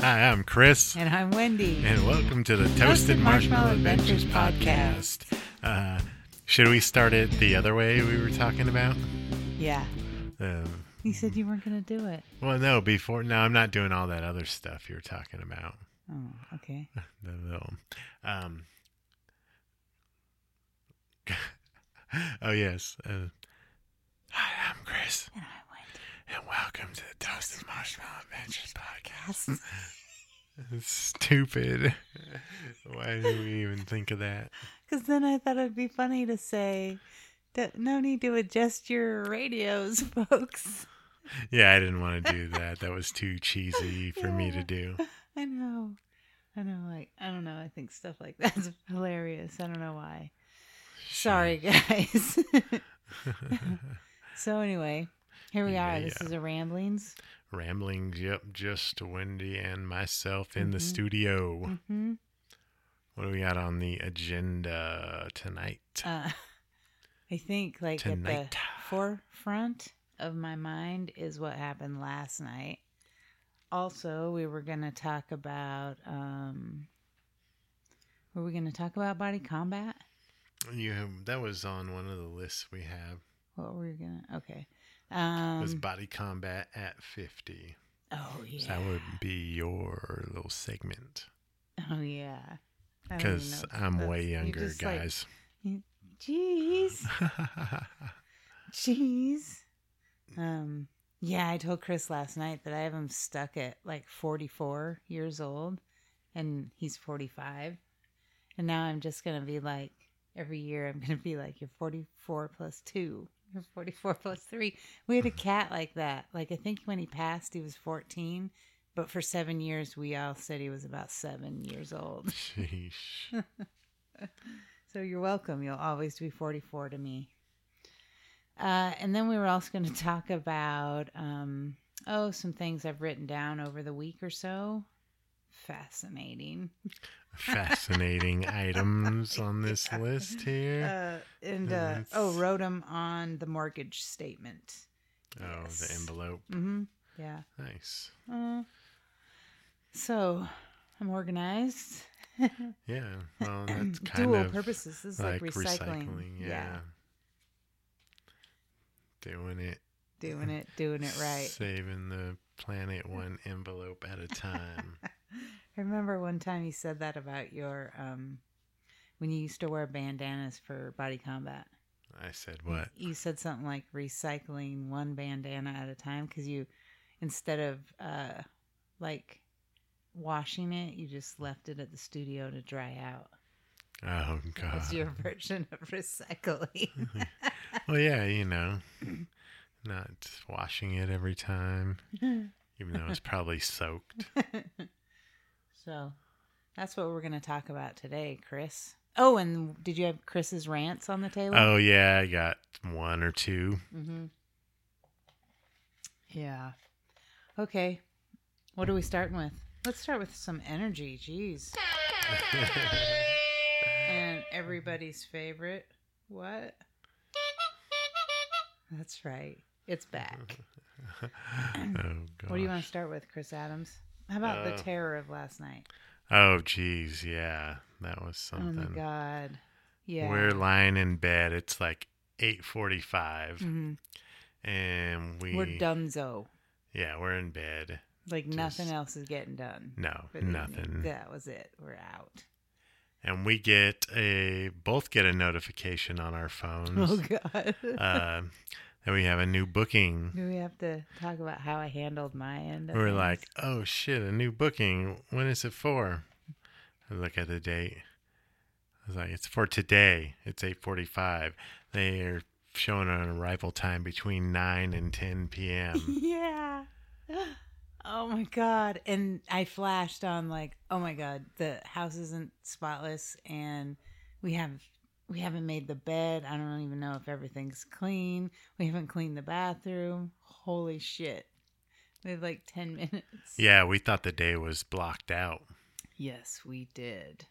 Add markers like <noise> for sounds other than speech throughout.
Hi, I'm Chris, And I'm Wendy. and welcome to the Toasted Marshmallow Adventures podcast. Uh, should we start it the other way we were talking about? Yeah. Um, You said you weren't going to do it. well, no, before, no, I'm not doing all that other stuff you were talking about. Oh, okay. The little, um, <laughs> oh, yes. Uh, hi, I'm Chris, And I and welcome to the Toasted Marshmallow Adventures podcast. <laughs> <laughs> went. Stupid. <laughs> Why did we even think of that? Because then I thought it'd be funny to say, "D- no need to adjust your radios, <laughs> folks. Yeah, I didn't want to do that. That was too cheesy for me to Yeah. do. I know. I know. Like, I don't know. I think stuff like <laughs> that's hilarious. I don't know why. Sorry, guys. <laughs> so, anyway, here we Yeah, are. This yeah. is a ramblings. <laughs> Ramblings, yep, just Wendy and myself in the Mhm. studio. hmm What do we got on the agenda tonight? Uh, I think, like, at the. tonight. forefront of my mind is what happened last night. Also, we were going to talk about um were we going to talk about body combat? You have, that was on one of the lists we have. What were we going to Okay. It Um was body combat at 50. Oh So yeah. that would be your little segment Oh yeah. I don't even because know. I'm way That's- you younger, just, like, guys. <laughs> Jeez. Jeez. Um yeah, I told Chris last night that I have him stuck at like 44 years old and he's 45. And now I'm just going to be like every year I'm <laughs> going to be like you're 44 plus 2, you're 44 plus 3. We had a cat like that. Like I think when he passed he was 14, but for 7 years we all said he was about 7 years old. Sheesh. <laughs> So you're welcome. You'll always be 44 to me. Uh, and then we were also going to <laughs> talk about, um, oh, some things I've written down over the week or so. Fascinating. <laughs> Fascinating items on this Yeah. list here. Uh, and, uh, That's- oh, wrote them on the mortgage statement. oh, the yes. envelope. hmm Yeah. Nice. Uh, so I'm organized. Yeah. <clears throat> Well, that's kind Dual of purposes. This is like like, recycling. recycling. Yeah. Doing it. Doing it, doing <laughs> it right. Saving the planet one envelope at a time. I remember one time you said that about your um when you used to wear bandanas for body combat. I said what? You said something like recycling one bandana at a time because you instead of uh like washing it, you just left it at the studio to dry out. Oh That was your <laughs> God. version of recycling. Well, yeah, you know, not washing it every <laughs> time, even though it's probably soaked. so that's what we're gonna talk about today, Chris. Oh, and did you have Chris's rants on the table? Oh yeah, I got one or two. <laughs> Mm-hmm. Yeah. Okay. What are we starting with? Let's start with some energy. Jeez. Oh, And everybody's favorite. What? That's right. <laughs> It's back. oh God. What do you want to start with, Chris Adams? How about Oh, Uh, the terror of last night? Oh, geez, yeah, that was something. Oh my God. Yeah. We're lying in bed. It's like eight forty-five, Mhm. and we We're donezo. Yeah, we're in bed. Like nothing Just- else is getting done. No, for the evening. nothing. That was it. We're out. And we get a both get a notification on our <laughs> Oh phones God. uh, that we have a new booking. Do we have to talk about how I handled my end? of We're things? like, <laughs> oh shit, a new booking. When is it for? I look at the date. I was like, it's for today. It's eight forty-five. They are showing an arrival time between nine and ten <laughs> p.m. yeah. Oh my god! And I flashed on like, oh my god, the house isn't spotless, and we have we haven't made the bed. I don't even know if everything's clean. We haven't cleaned the bathroom. Holy shit! We have like ten <laughs> minutes. yeah, we thought the day was blocked out. Yes, we did.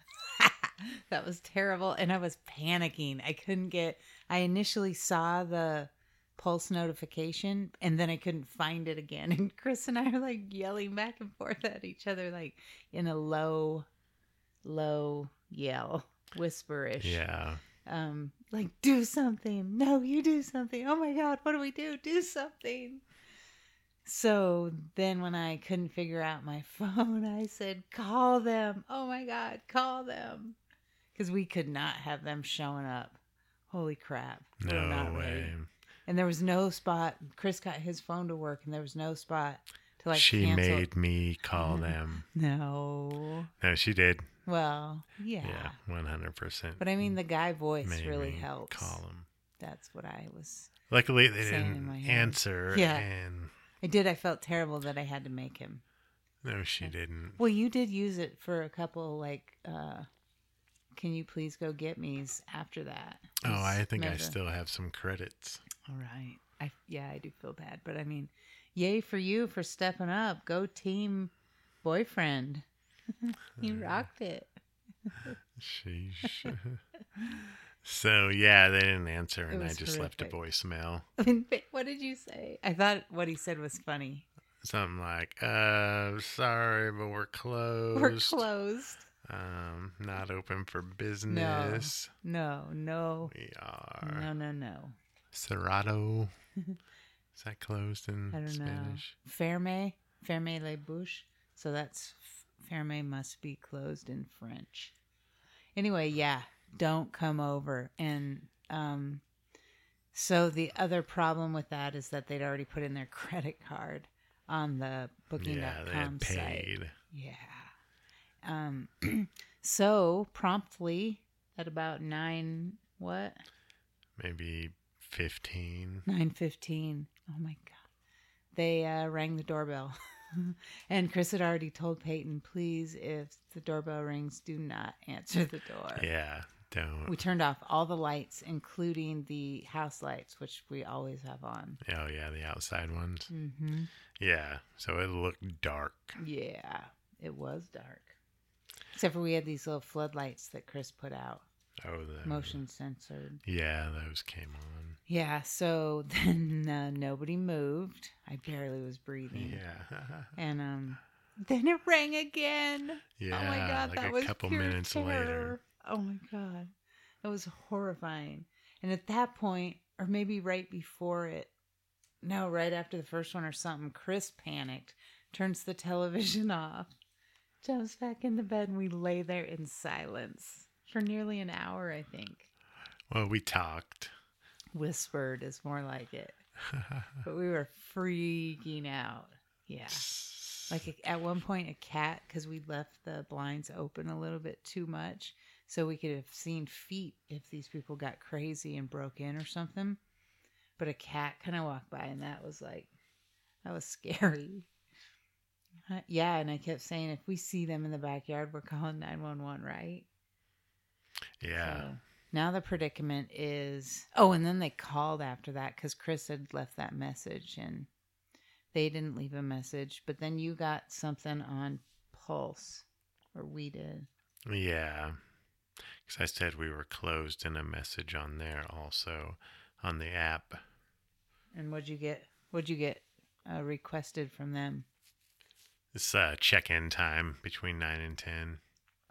<laughs> that was terrible. And I was panicking. I couldn't get, I initially saw the pulse notification and then I couldn't find it again. <laughs> And Chris and I are like yelling back and forth at each other, like in a low, low yell, whisperish. Yeah. Um, like, do something. No, you do something. Oh my God, what do we do? Do something. So then when I couldn't figure out my <laughs> phone, I said, call them. Oh my God, call them. Because we could not have them showing up. Holy crap. We were No not ready way. and there was no spot. Chris got his phone to work, and there was no spot to like. she cancel. Mm-hmm. made me call them. no. No, she did. Well, yeah. Yeah, one hundred percent. But I mean, the guy voice Made really me helps. Call them. That's what I was. Luckily, they Saying in didn't my head. answer. Yeah. And I did. I felt terrible that I had to make him. no, she didn't. Well, you did use it for a couple like. uh Can you please go get me's after that? Oh, I think I Remember? still have some credits. All right. I yeah, I do feel bad, but I mean, yay for you for stepping up. Go team boyfriend. <laughs> you Uh, rocked it. <laughs> Sheesh. so yeah, they didn't answer, It and I was just left a horrific. voicemail. I mean, ba- what did you say? I thought what he said was funny. Something like, "Uh, sorry, but we're closed. We're closed. Um, not open for business. No, no, We are no, no, no. Cerrado. <laughs> Is that closed in I don't know. Spanish? Ferme, ferme les bouches. So that's ferme must be closed in French. Anyway, yeah, don't come over. And um, so the other problem with that is that they'd already put in their <laughs> credit card on the Yeah, they had Booking.com site. paid. Yeah. Um, <clears throat> so promptly at about nine, what? Maybe fifteen. Nine fifteen. Oh my god! They uh, rang the doorbell, <laughs> and Chris had already told Peyton, "Please, if the doorbell rings, do not answer the door." Yeah, don't. We turned off all the lights, including the house lights, which we always have on. Oh yeah, the outside ones. Mm-hmm. Yeah, so it looked dark. Yeah, it was dark, except for we had these little floodlights that Chris put out, Oh, the motion censored. Yeah, those came on. Yeah, so <laughs> then uh, nobody moved. I barely was breathing. Yeah. And um then it rang again. Yeah, <laughs> oh my god, like that a was couple pure minutes later. terror. Oh my god. That was horrifying. And at that point, or maybe right before it, no, right after the first one or something, Chris panicked, turns the television <laughs> off, jumps back in the bed, and we lay there in silence for nearly an hour, I think. Well, we talked. Whispered is more like it. <laughs> but we were freaking out. Yeah. Like a- at one point, a cat, because we left the blinds open a little bit too much, so we could have seen feet if these people got crazy and broke in or something. But a cat kind of walked by, and that was like, that was scary. <laughs> Uh, Yeah, and I kept saying, if we see them in the backyard, we're calling 911, right? yeah. So now the predicament is oh, and then they called after that because Chris had left that message and they didn't leave a message. But then you got something on Pulse, or we did. Yeah. Because I said we were closed in a message on there also on the app. And what'd you get? What'd you get uh, requested from them? It's uh, check in time between 9 and 10.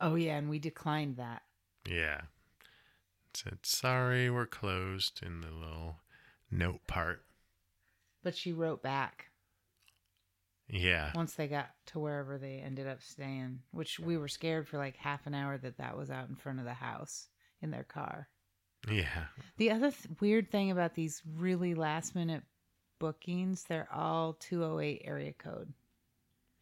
Oh yeah, and we declined that. Yeah. It said, sorry, we're closed in the little note part. But she wrote back Yeah. once they got to wherever they ended up staying, which we were scared for like half an hour that that was out in front of the house in their car. Yeah. The other th- weird thing about these really last minute bookings, they're all 208 area code.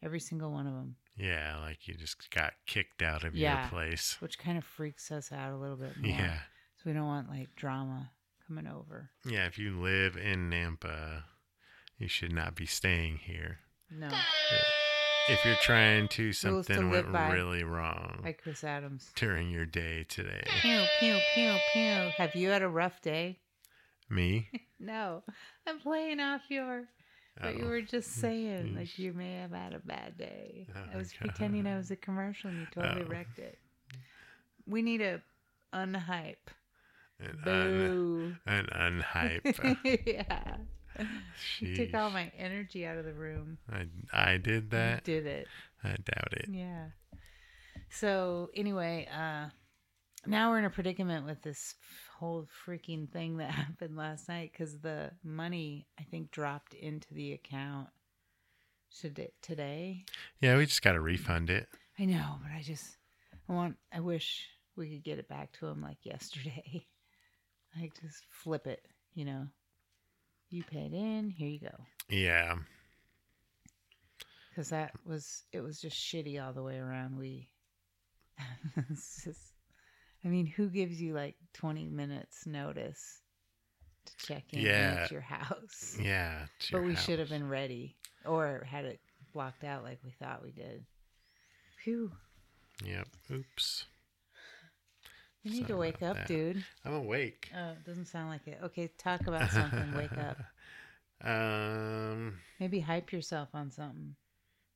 Every single one of them, Yeah. Like you just got kicked out of Yeah. your place. <laughs> which kind of freaks us out a little bit more. Yeah. So we don't want like drama coming over. Yeah. If you live in Nampa, you should not be staying here. No. if you're trying to to something went live by. really wrong Like Chris Adams. during your day today <laughs> Pew, pew, pew, pew. Have you had a rough day? <laughs> me No. I'm playing off your, what you Oh. were just saying. Like Yeesh. you may have had a bad day. Oh, I was God. pretending I was a commercial and you totally Oh. wrecked it. We need a unhype. and un, Boo. and unhype. yeah. <laughs> <laughs> You took all Sheesh. my energy out of the room. I, I did You that. did it. I doubt it. Yeah. So anyway, uh now we're in a predicament with this f- whole freaking thing that <laughs> happened last night cuz the money I think dropped into the account should it, today. Yeah, we just got to refund it. I know, but I just I want I wish we could get it back to him like yesterday. <laughs> Like just flip it, you know. You paid in, here you go. Yeah. because that was it was just shitty all the way around we <laughs> it's just, i mean who gives you like 20 minutes notice to check in Yeah. at your house Yeah. it's but your we house. should have been ready or had it blocked out like we thought we did Phew. Yep. Oops. you need Sorry to wake about up that. dude I'm awake. oh it doesn't sound like it okay talk <laughs> about something wake up Um, maybe hype yourself on something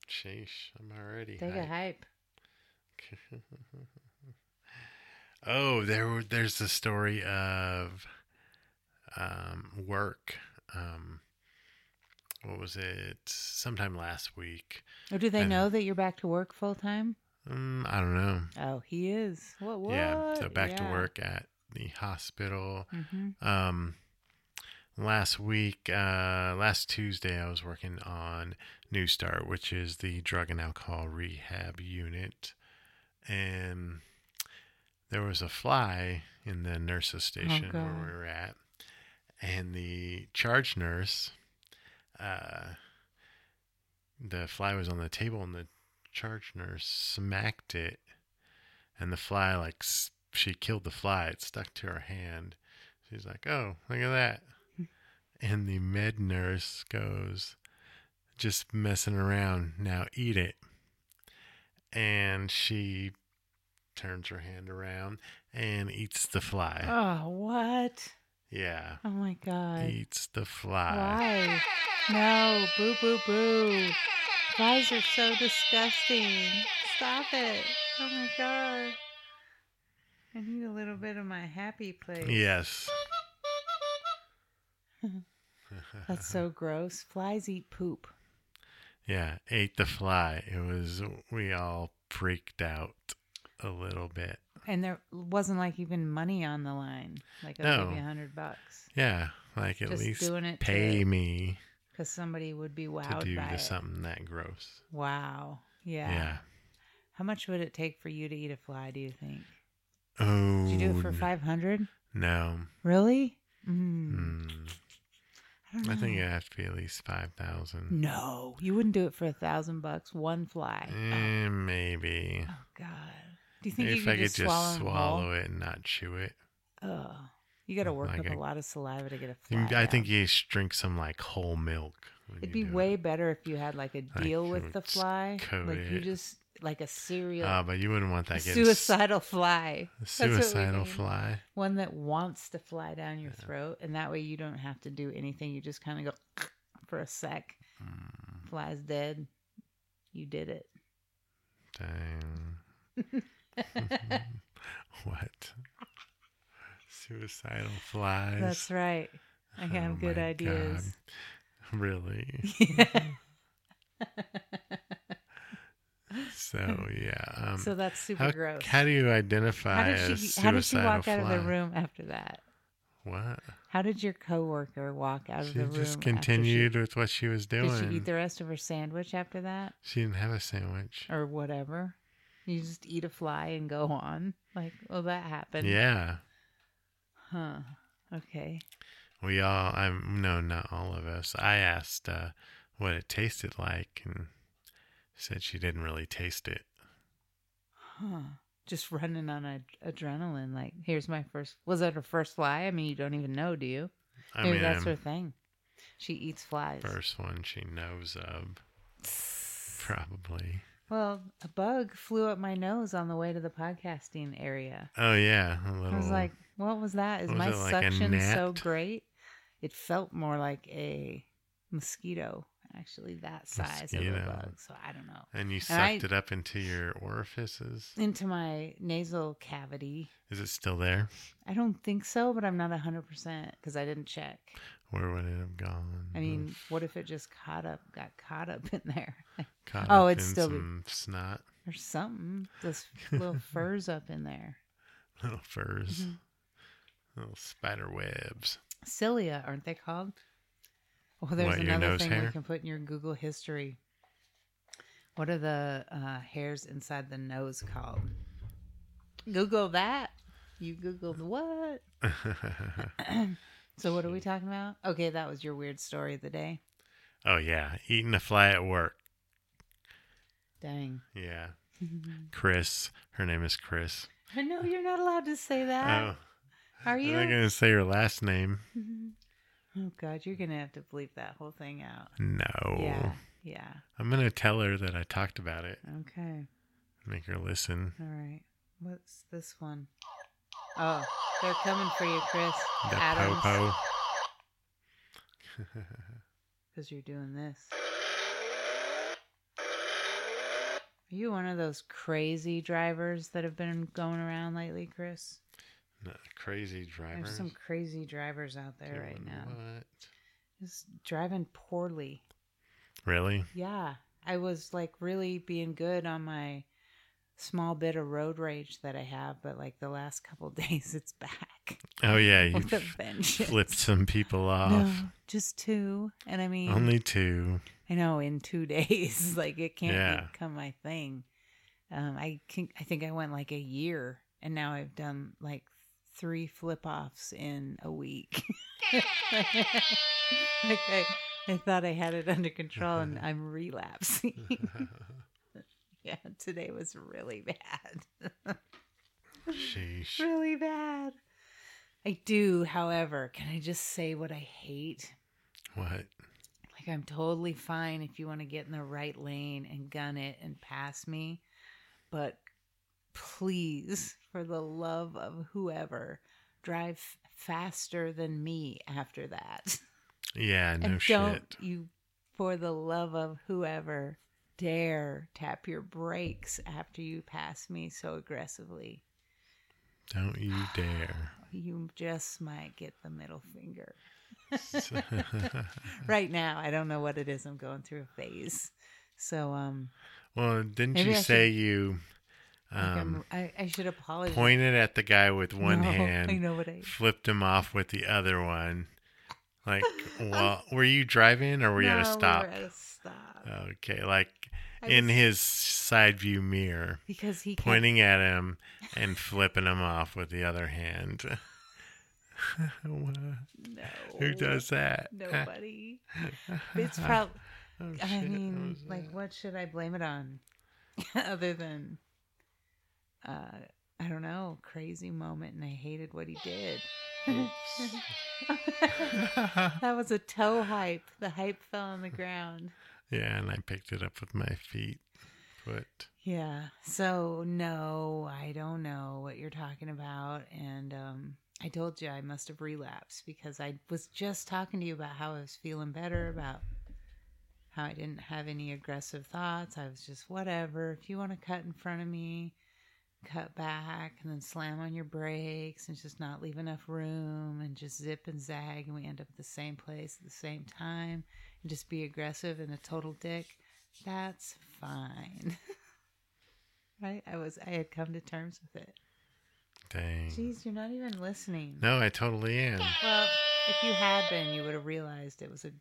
sheesh. I'm already. take a hyped. hype <laughs> oh, there were- there's the story of um, work. Um, what was it? Sometime last week. or do they And- know that you're back to work full time Um, I don't know. oh he is what what Yeah. So back to Yeah. work at the hospital. hmm Um, last week, uh, last Tuesday, I was working on New Start, which is the drug and alcohol rehab unit, and there was a fly in the nurses' station where God. we were at, and the charge nurse, uh, the fly was on the table, and the charge nurse smacked it, and the fly like s- she killed the fly. It stuck to her hand. She's like, "Oh, look at that." And the med nurse goes, "Just messing around. Now eat it." And she turns her hand around and eats the fly. Oh, what? Yeah. Oh my god. Eats the fly. Why? No, boo, boo, boo. Flies are so disgusting. Stop it. Oh my god. I need a little bit of my happy place. Yes. That's so gross. Flies eat poop. Yeah, ate the fly. It was we all freaked out a little bit. And there wasn't like even money on the line. Like, I'll give No. you a hundred bucks. Yeah, like at Just least doing it pay to, me because somebody would be to wowed do by to it. something that gross. Wow. Yeah. Yeah. How much would it take for you to eat a fly? Do you think? Oh. Did you do it for n- five hundred? No. Really? Mm. Mm. don't I think know. it has to be at least five thousand. No, you wouldn't do it for a thousand bucks, one fly. Eh, maybe. Oh God! Do you Mm. think Maybe you if could I could just swallow, swallow? it and not chew it. Oh, you got to work Like up a a- lot of saliva to get a You- fly. I out. think you should drink some like whole milk. when it'd you be do way it. better if you had like a Like, deal you with would the just fly, coat like you it. just like a serial Ah, but you wouldn't want a that getting s- suicidal fly, a what we suicidal mean. fly. <laughs> one that wants to fly down your Yeah. throat, and that way you don't have to do anything. You just kind of go <laughs> for a sec. Mm, Fly's dead. You did it. dang. <laughs> what? <laughs> Suicidal flies. That's right. I Oh have good my ideas. God. <laughs> Really? So yeah. Um, so that's super how, gross. how do you identify How a did she suicidal how did she walk fly? out of the room after that? What? How did your coworker walk out of She the room? just after she- continued with what she was doing. did she eat the rest of her sandwich after that She didn't have a sandwich. or whatever? You just eat a fly and go on. Like, well, that happened. yeah. Huh. Okay. We all, I'm no, not all of us. I asked uh, what it tasted like, and said she didn't really taste it. Huh. Just running on ad- adrenaline. Like, here's my first. Was that her first fly? I mean, you don't even know, do you? I Maybe mean, that's her I'm thing. She eats flies. first one she knows of, probably. Well, a bug flew up my nose on the way to the podcasting area. Oh yeah, a little. I was like, what was that? Is was my it, like a suction so gnat? great? It felt more like a mosquito actually that size of you a know. bug. So I don't know. And you And I- sucked it up into your orifices. Into my nasal cavity. Is it still there? I don't think so, but I'm not 100% because I didn't check. Where would it have gone? I mean, what if it just caught up, got caught up in there Caught oh, up it's in still- some snot, or something? Those <laughs> little furs up in there. little furs, Mhm. little spider webs. <laughs> Cilia, aren't they called? Oh, there's What, your another nose thing hair? we can put in your Google history. What are the uh, hairs inside the nose called? Google that. You Googled what? so, what are we talking about? Okay, that was your weird story of the day. oh yeah, eating a fly at work. Dang. <laughs> <laughs> Yeah, Chris. Her name is Chris. I know you're not allowed to say that. oh, Uh, are I'm you? not gonna say her last name. oh, God, you're going to have to bleep that whole thing out. No. Yeah. Yeah. I'm gonna tell her that I talked about it. Okay. Make her listen. All right. What's this one? Oh, they're coming for you, Chris. The Adams. popo. <laughs> Because you're doing this. Are you one of those crazy drivers that have been going around lately, Chris? No, crazy driver. There's some crazy drivers out there right now. What? Just driving poorly. Really? Yeah. I was like really being good on my small bit of road rage that I have, but like the last couple <laughs> days it's back. Oh <laughs> yeah, you With a f- vengeance. flipped some people No, off. just two. And I mean, Only two. <laughs> I know in two <laughs> days, like it can't Yeah. become my thing. Um, I can, I think I went like a year, and now I've done like three flip offs in a week. <laughs> like I, I thought I had it under <laughs> control, and I'm relapsing. <laughs> yeah, today was really bad. <laughs> Sheesh. really bad. I do, however, can I just say what I hate? What? Like I'm totally fine if you want to get in the right lane and gun it and pass me, but please, for the love of whoever, drive f- faster than me after that. <laughs> Yeah, no and don't shit. you, for the love of whoever, dare tap your brakes after you pass me so aggressively. Don't <sighs> you <laughs> dare. <laughs> You just might get the middle finger. right now, I don't know what it is. I'm going through a phase. So, um, well, didn't Maybe you I should- say you Like um, I'm, I, I should apologize. pointed at the guy with one <laughs> No, I hand, know what I. flipped him off with the other one? <laughs> Like, well, were you driving or were you at a No, we stop? were at a stop. Okay, like I in was- his side view mirror, because he kept- pointing at him <laughs> and flipping him off with the other hand. <laughs> What? No, Who does that? <laughs> Nobody. It's probably. Oh, shit, I what mean, was like, that? what should I blame it on, <laughs> other than, uh, I don't know, crazy moment, and I hated what he did. <laughs> <laughs> that was a toe hype. The hype fell on the ground. yeah, and I picked it up with my feet. Foot. Yeah. So no, I don't know what you're talking about, and um, I told you I must have relapsed because I was just talking to you about how I was feeling better about how I didn't have any aggressive thoughts. I was just whatever. If you want to cut in front of me, cut back and then slam on your brakes and just not leave enough room and just zip and zag and we end up at the same place at the same time and just be aggressive and a total dick. That's fine. right? I was I had come to terms with it. Dang. Jeez, you're not even listening. Mm. No, I totally am. <laughs> Well, if you had been, you would have realized it was a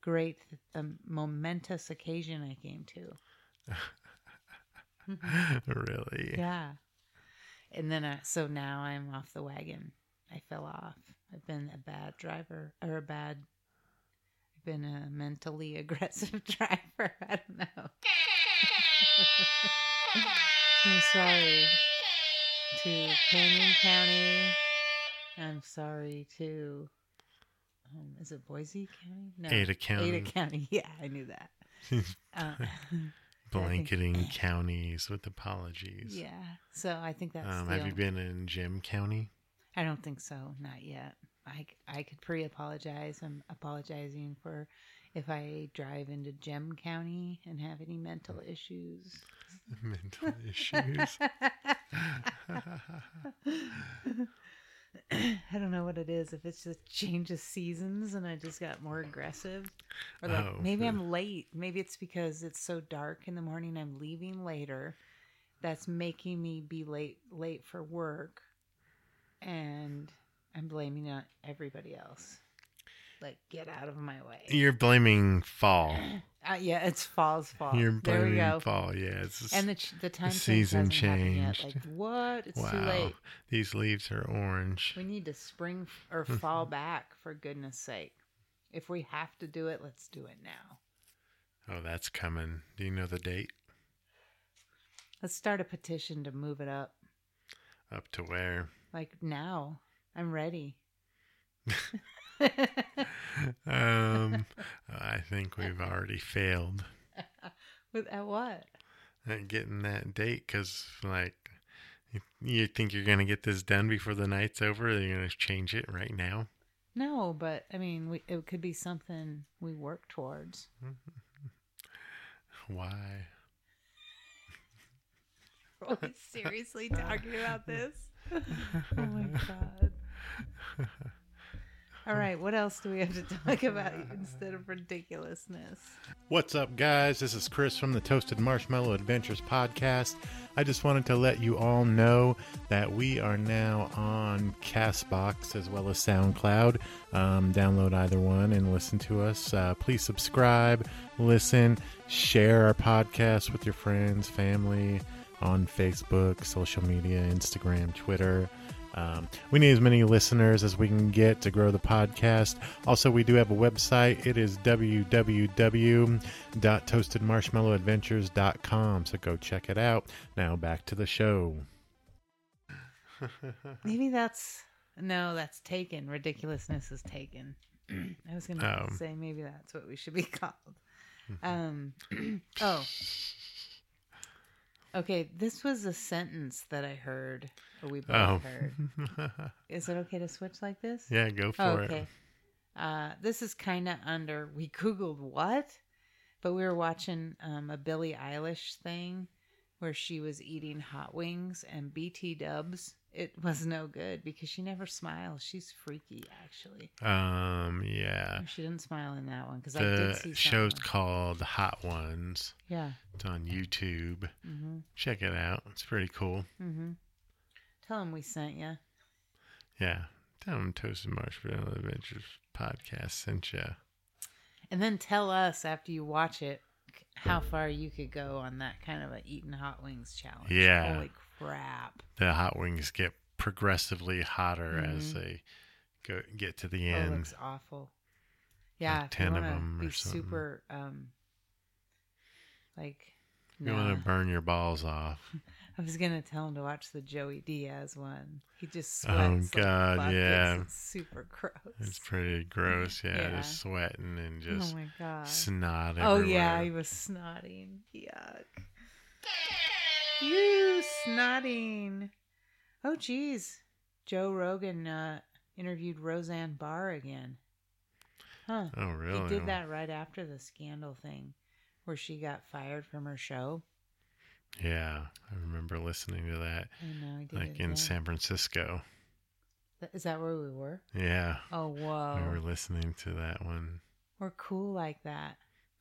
great, a momentous occasion I came to. Mm-hmm. really. <laughs> Yeah. And then, I, so now I'm off the wagon. I fell off. I've been a bad driver or a bad, I've been a mentally <laughs> aggressive driver. I don't know. I'm sorry to Canyon County. I'm sorry to, um, is it Boise County? No. Ada County Ada County. <laughs> Yeah, I knew that. <laughs> Uh, <laughs> blanketing counties with apologies. Yeah. So I think that's. um, the have you only- <laughs> been in Jim County? I don't think so. Not yet. I I could pre-apologize. I'm apologizing for if I drive into Gem County and have <laughs> any mental issues. Mental issues. <laughs> <laughs> I don't know what it is. If it's just changes seasons and I just got more aggressive, or like Oh. maybe <laughs> I'm late. Maybe it's because it's so dark in the morning. I'm leaving later. That's making me be late late for work, and I'm blaming it on everybody else. Like, get out of my way. You're blaming fall. Uh, yeah, it's fall's fault. You're there we blaming go. fall. Yeah, it's just, And the ch- the time season season changed. Like changed. what? It's too wow. late. These leaves are orange. We need to spring f- or fall back for goodness sake. If we have to do it, let's do it now. Oh, that's coming. Do you know the date? Let's start a petition to move it up. Up to where? Like now, I'm ready. <laughs> Um, I think we've already failed With at what? at getting that date because, like, you- you think you're gonna get this done before the night's over? They're gonna change it right now. No, but I mean, we, it could be something we work towards. Why? Are we seriously talking <laughs> about this? oh my <laughs> god. All right, what else do we have to talk about instead of ridiculousness? What's up, guys? This is Chris from the Toasted Marshmallow Adventures podcast. I just wanted to let you all know that we are now on Castbox as well as SoundCloud. Um, download either one and listen to us. Uh, please subscribe, listen, share our podcast with your friends, family, on Facebook, social media, Instagram, Twitter. Um, we need as many listeners as we can get to grow the podcast. Also, we do have a website. It is www.toastedmarshmallowadventures.com. So go check it out. Now back to the show. Maybe that's no, that's taken. Ridiculousness is taken. I was gonna Oh. say maybe that's what we should be <laughs> called. Um <clears throat> oh. Okay, this was a sentence that I heard or we both Oh. heard. Is it okay to switch like this? yeah, go for Oh, it. okay. Uh, this is kind of under. We Googled what, but we were watching um, a Billie Eilish thing where she was eating hot wings and BT dubs. It was no good because she never smiles. She's freaky, actually. Um, yeah. Oh, She didn't smile in that one because I did The see show's someone. called Hot Ones. Yeah. It's on YouTube. Mm-hmm. Check it out. It's pretty cool. Mm-hmm. Tell him we sent you. Yeah. Tell 'em Toasted Marshmallow Adventures podcast sent ya. And then tell us after you watch it how far you could go on that kind of a eating hot wings challenge. Yeah. Holy crap. the hot wings get progressively hotter as Mhm. they go get to the Oh, It end. looks awful. Yeah, if 10 you of want them to or be something. super, um, like, You want nah. to burn your balls <laughs> off. I was gonna tell him to watch the Joey Diaz one. He just Oh, sweats. like God, buckets. yeah. it's super It's gross. pretty gross. Yeah, Yeah. just sweating and oh just my god. snot Oh everywhere. yeah, he was snotting. Yuck. You snotting. Oh geez, Joe Rogan uh, interviewed Roseanne Barr again. Huh. Oh really? He did that right after the scandal thing where she got fired from her show. Yeah, I remember listening to that, And now he did like it in again. San Francisco. Th- Is that where we were? Yeah, Oh, whoa. we were listening to that one. We're cool like that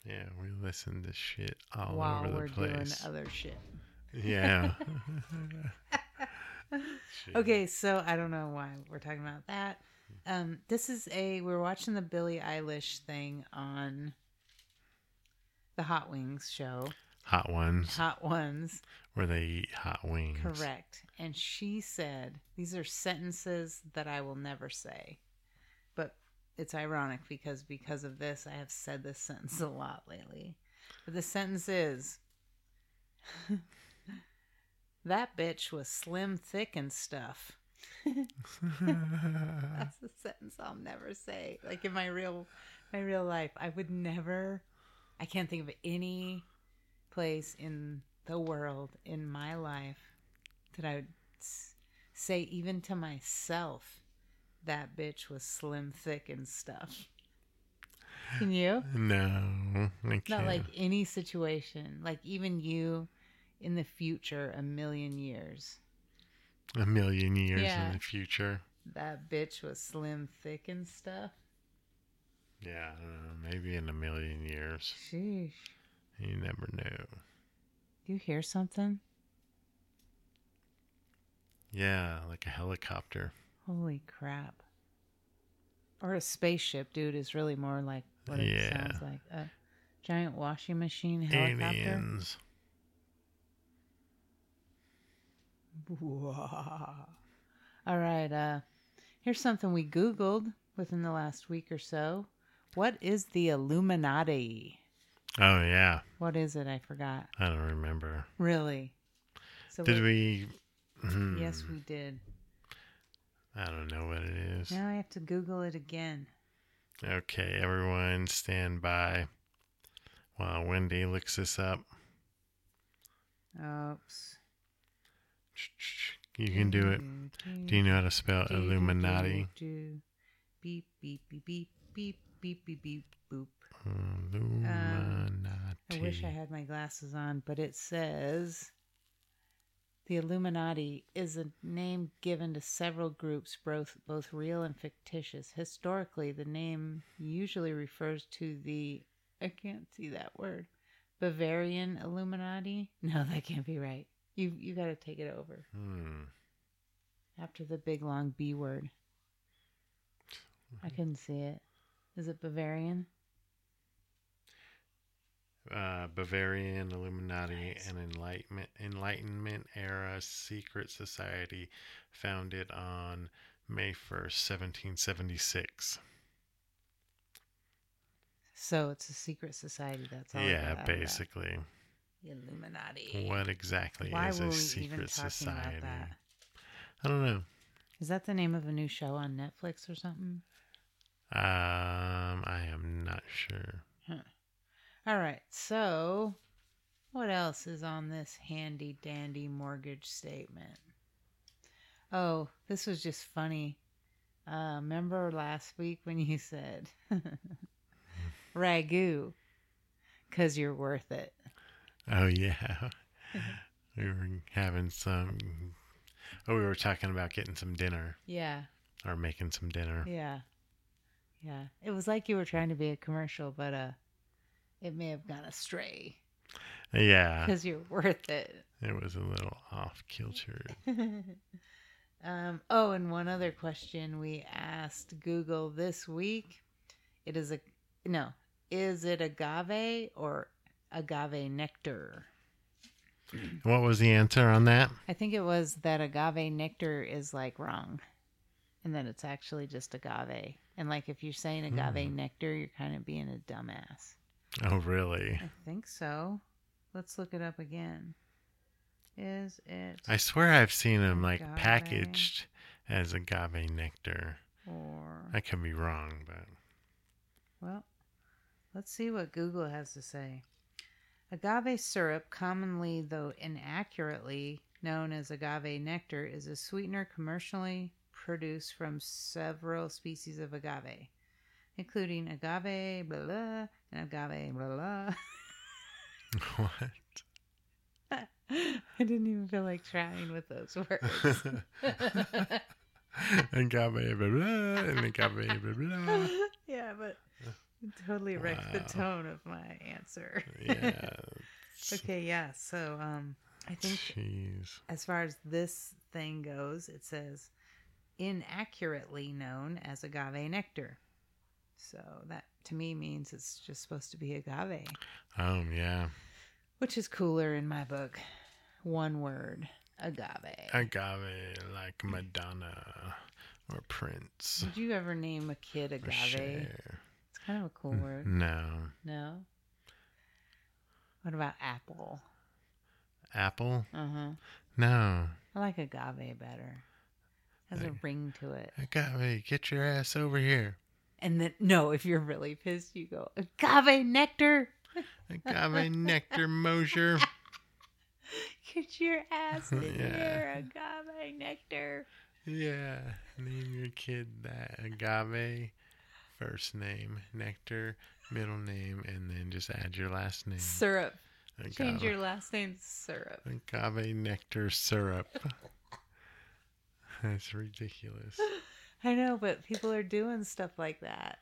Yeah, we listened to shit all while over we're the place. doing other shit. <laughs> yeah. Shit. <laughs> Okay, so I don't know why we're talking about that. Um, this is a we we're watching the Billie Eilish thing on the Hot Wings show, Hot ones Hot Ones. where they eat hot wings. <laughs> Correct. <laughs> And she said, These are sentences that I will never say. But it's ironic because because of this, I have said this sentence a lot lately. But the sentence is <laughs> That bitch was slim, thick, and stuff. <laughs> That's a sentence I'll never say. Like in my real my real life, I would never I can't think of any place in the world in my life that I would s- say even to myself that bitch was slim, thick, and stuff. Can you? No, I Not can't. like any situation, like even you in the future, a million years. a million years Yeah. in the future. That bitch was slim, thick, and stuff. Yeah, I don't know, maybe in a million years. Sheesh. You never know. Do you hear something? Yeah, like a helicopter. Holy crap. Or a spaceship, dude, is really more like what it Yeah. sounds like. A giant washing machine helicopter. Aliens. All right. Uh, here's something we Googled within the last week or so. What is the Illuminati? Oh yeah, What is it? I forgot. I don't remember. Really? So Did we? Hmm, Yes, we did. I don't know what it is. Now I have to Google it again. Okay, everyone, stand by while Wendy looks this up. Oops. You can do it. Do you know how to spell do, do, Illuminati? do, do. Beep beep beep beep beep beep beep beep boop. uh, I Illuminati. wish I had my glasses on, but it says the Illuminati is a name given to several groups, both both real and fictitious. Historically, the name usually refers to the I can't see that word Bavarian Illuminati. No, that can't be right. You you got to take it over Hmm. after the big long B word. Mm-hmm. I couldn't see it. Is it Bavarian? Uh, Bavarian Illuminati Nice. and Enlightenment Enlightenment era secret society, founded on May first, seventeen seventy six. So it's a secret society. That's all. I got out Yeah, of that. basically. The Illuminati. What exactly Why is were a we even talking secret society? about that? I don't know. Is that the name of a new show on Netflix or something? Um, I am not sure. All right. So, what else is on this handy dandy mortgage statement? Oh, this was just funny. Uh, remember last week when you said <laughs> ragu because you're worth it? Oh <laughs> yeah, we were having some. Oh, we were talking about getting some dinner Yeah. or making some dinner. Yeah. Yeah. It was like you were trying to be a commercial, but uh, it may have gone astray Yeah, because you're worth it. it was a little off kilter. <laughs> um, oh, and one other question we asked Google this week. It is a no. Is it agave or agave nectar? What was the answer on that? I think it was that agave nectar is like wrong, and that it's actually just agave. And like if you're saying agave nectar, you're kind of being a dumbass. Oh really? I think so. Let's look it up again. Is it I swear I've seen them like Agave. packaged as agave nectar. or I could be wrong, but <laughs> Well, let's see what Google has to say. Agave syrup, commonly though inaccurately known as agave nectar, is a sweetener commercially produced from several species of agave, including agave blah blah and agave blah blah. <laughs> what? I didn't even feel like trying with those words. <laughs> agave blah blah and agave blah blah. <laughs> yeah, but it totally wrecked Wow. the tone of my answer. Yeah. Okay, yeah. So, um, I think Jeez. as far as this thing goes, it says inaccurately known as agave nectar. So that to me means it's just supposed to be agave, Oh yeah. which is cooler in my book. One word, agave. Agave like Madonna or Prince. Did you ever name a kid or agave? Cher. It's kind of a cool Mm-hmm. word. No. No. What about apple? Apple? Uh huh. No. I like agave better. Has a Like- ring to it. Agave, get your ass over here. And then no, if you're really pissed, you go agave nectar. Agave nectar Mosher. <laughs> Get your ass in Yeah. here, agave nectar. Yeah. Name your kid that agave, first name, nectar, middle name, and then just add your last name. Syrup. Agave, Change your last name to syrup. agave nectar syrup. <laughs> That's ridiculous. I know, but people are doing stuff like that.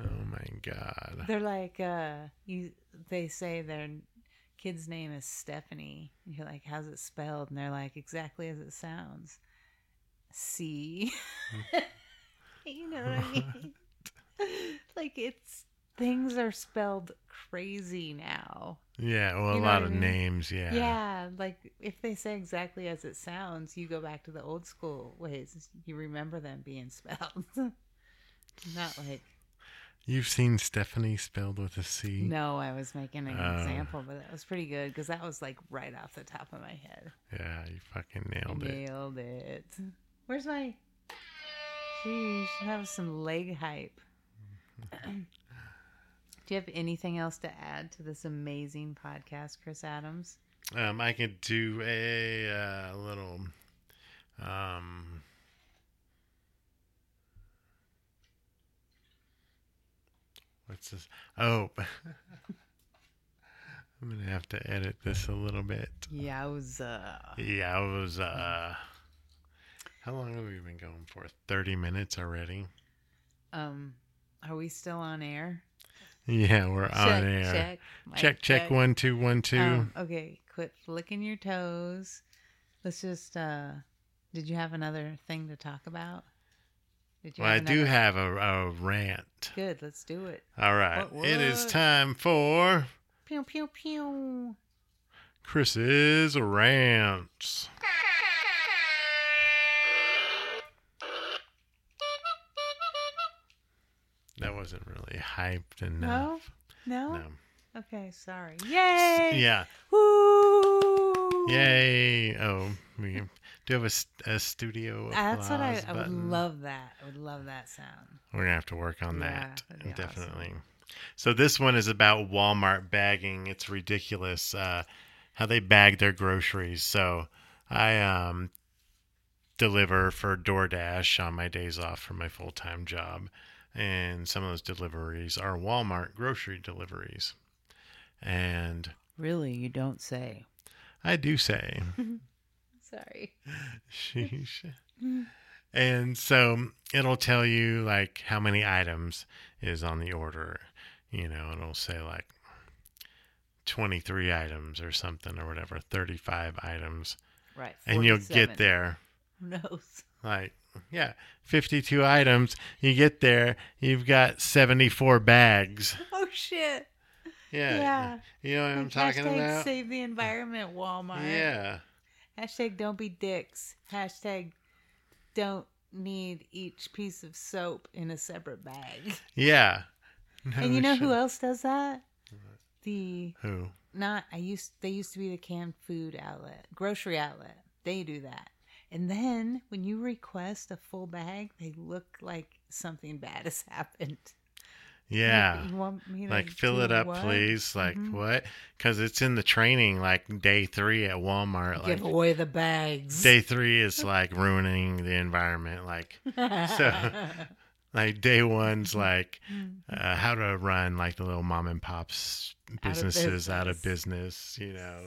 Oh my god. They're like, uh, you. They say their kid's name is Stephanie. And you're like, how's it spelled? And they're like, exactly as it sounds. C. <laughs> You know what I mean? <laughs> like it's things are spelled crazy now. Yeah, well, a You know lot what I of mean? names, yeah. Yeah. like if they say exactly as it sounds, you go back to the old school ways. You remember them being <laughs> spelled. Not like You've seen Stephanie spelled with a C? no, I was making an Oh. example, but that was pretty good because that was like right off the top of my head. Yeah, you fucking I nailed it. Nailed it. Where's my? Gee, you should have some leg hype. <clears throat> Do you have anything else to add to this amazing podcast, Chris Adams? Um, I could do a uh, little. Um, what's this? Oh, <laughs> I'm gonna have to edit this a little bit. Yowza. Uh, Yeah, I was. Uh, how long have we been going for? Thirty minutes already. Um, are we still on air? Yeah, we're on air. Check. Oh, mic check, check, one, two, one, two. Um, okay, quit flicking your toes. Let's just. uh Did you have another thing to talk about? Did well, I do another- have a, a rant. Good. Let's do it. All right, What- it is what? time for Pew pew pew. Chris's rants. That wasn't really hyped No? enough. No. no. Okay, sorry. Yay! Yeah. Woo! Yay! Oh, we do have a, s- a studio. Ah, That's what I, applause I would button. love that. I would love that sound. We're gonna have to work on Yeah, that that'd be awesome. definitely. So this one is about Walmart bagging. It's ridiculous uh, how they bag their groceries. So I um, deliver for DoorDash on my days off from my full time job, and some of those deliveries are Walmart grocery deliveries, and Really, you don't say. I do say. <laughs> Sorry. Sheesh. and so it'll tell you like how many items is on the order. You know, it'll say like 23 items or something or whatever, 35 items. Right. And you'll get 47. there. Who knows? <laughs> Like, yeah, 52 items. You get there, you've got 74 bags. Oh, shit. Yeah. Yeah. You know what I'm Like, talking hashtag about? save the environment, Walmart. Yeah. Hashtag don't be dicks. Hashtag don't need each piece of soap in a separate bag. <laughs> Yeah. No, and you know who shit. else does that? The Who? not I used they used to be the canned food outlet, grocery outlet. They do that. And then when you request a full bag, they look like something bad has <laughs> happened. Like, Yeah. <laughs> you want me to like fill it do up what? please like Mhm. what because it's in the training like day three at walmart Give like away the bags. <laughs> day three is like ruining the environment like so- like day one's like uh, how to run like the little mom and pops businesses out of business you know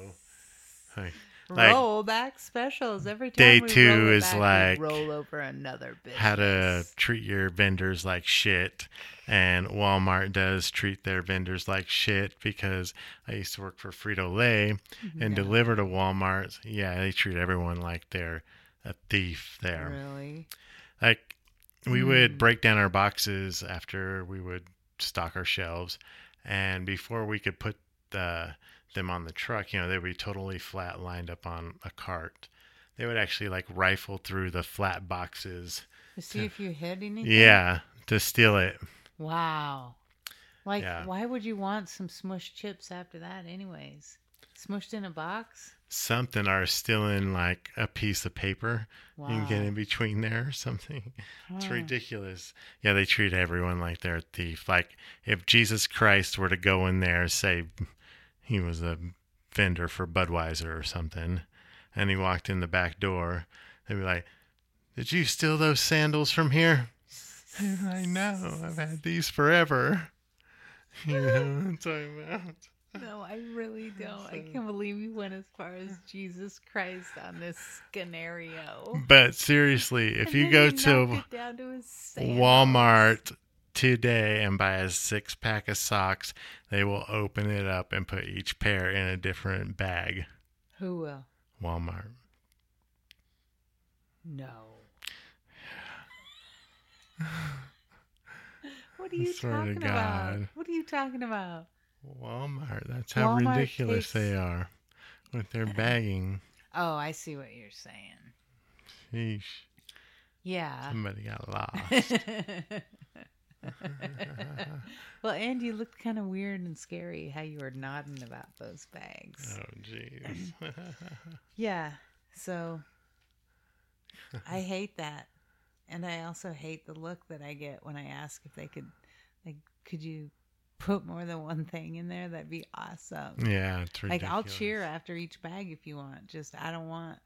like, like- roll back specials every time. Day we two roll it is back, we like roll over another business. how to treat your vendors like shit and walmart does treat their vendors like shit because i used to work for frito-lay and No, deliver to Walmart. Yeah, they treat everyone like they're a thief there. Really? Like we Mm. would break down our boxes after we would stock our shelves and before we could put the them on the truck, you know, they'd be totally flat lined up on a cart. They would actually like rifle through the flat boxes. To see if you hid anything? Yeah, to steal it. Wow. Like, Yeah. why would you want some smushed chips after that, anyways? Smushed in a box? Something or stealing like a piece of paper Wow. and get in between there or something. It's Mm. Huh. ridiculous. Yeah, they treat everyone like they're a thief. Like if Jesus Christ were to go in there, say he was a vendor for Budweiser or something, and he walked in the back door, they'd be like, Did you steal those sandals from here? <laughs> <laughs> I know. I've had these forever. <laughs> You know what I'm talking about? <laughs> No, I <laughs> really don't. I So- can't believe you went as far as Jesus Christ on this scenario. But seriously, if And you then go knocked to it down to his sandals. Walmart today and buy a six pack of socks, they will open it up and put each pair in a different bag. Who will? Walmart. <sighs> No. What are you Swear to talking about? God. What are you talking about? Walmart. That's how Walmart ridiculous takes- they are with <laughs> their bagging. Oh, I see what you're saying. Sheesh. Yeah. Somebody got <laughs> lost. oh, well, and you looked kind of weird and scary how you were nodding about those bags. jeez. <laughs> Yeah. So <laughs> I hate that. And I also hate the look that I get when I ask if they could, like, could you put more than one thing in there? That'd be awesome. yeah, it's ridiculous. Like, I'll cheer after each bag if you want. Just, I don't want,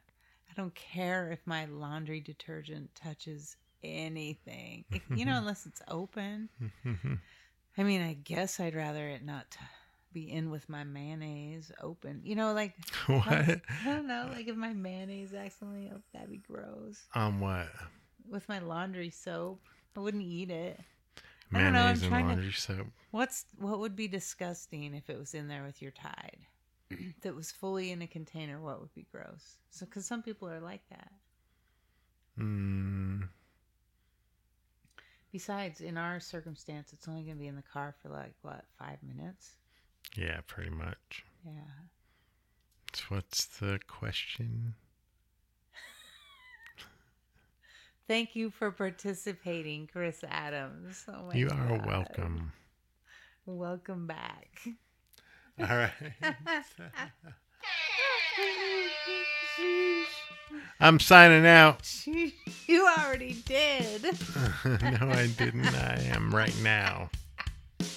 I don't care if my laundry detergent touches anything. If, <laughs> you know, unless it's open. I mean, I guess I'd rather it not t- be in with my mayonnaise open. You know, like, <laughs> what? <laughs> I don't know. Like if my mayonnaise accidentally, oh, that'd be gross. On what? With my laundry soap, I wouldn't eat it. I don't know, I'm Mayonnaise and trying to- laundry soap. What's what would be disgusting if it was in there with your Tide, <clears throat> that was fully in a container? What would be gross? So, because some people are like that. Mm, Besides, in our circumstance, it's only going to be in the car for like what five minutes. yeah, pretty much. Yeah. It's what's the question? Thank you for participating, Chris Adams. Oh my you are God. welcome. Welcome back. <laughs> <laughs> All right. <laughs> I'm signing out. <laughs> you already did. no, I didn't. I am right now.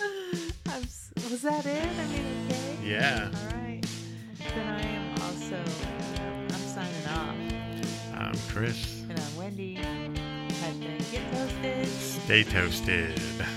I'm, s- was that it? I mean, okay. Yeah. All right. Then I am also. um, I'm signing off, I'm Chris. and I'm Wendy. I've been get toasted. Stay toasted. <laughs>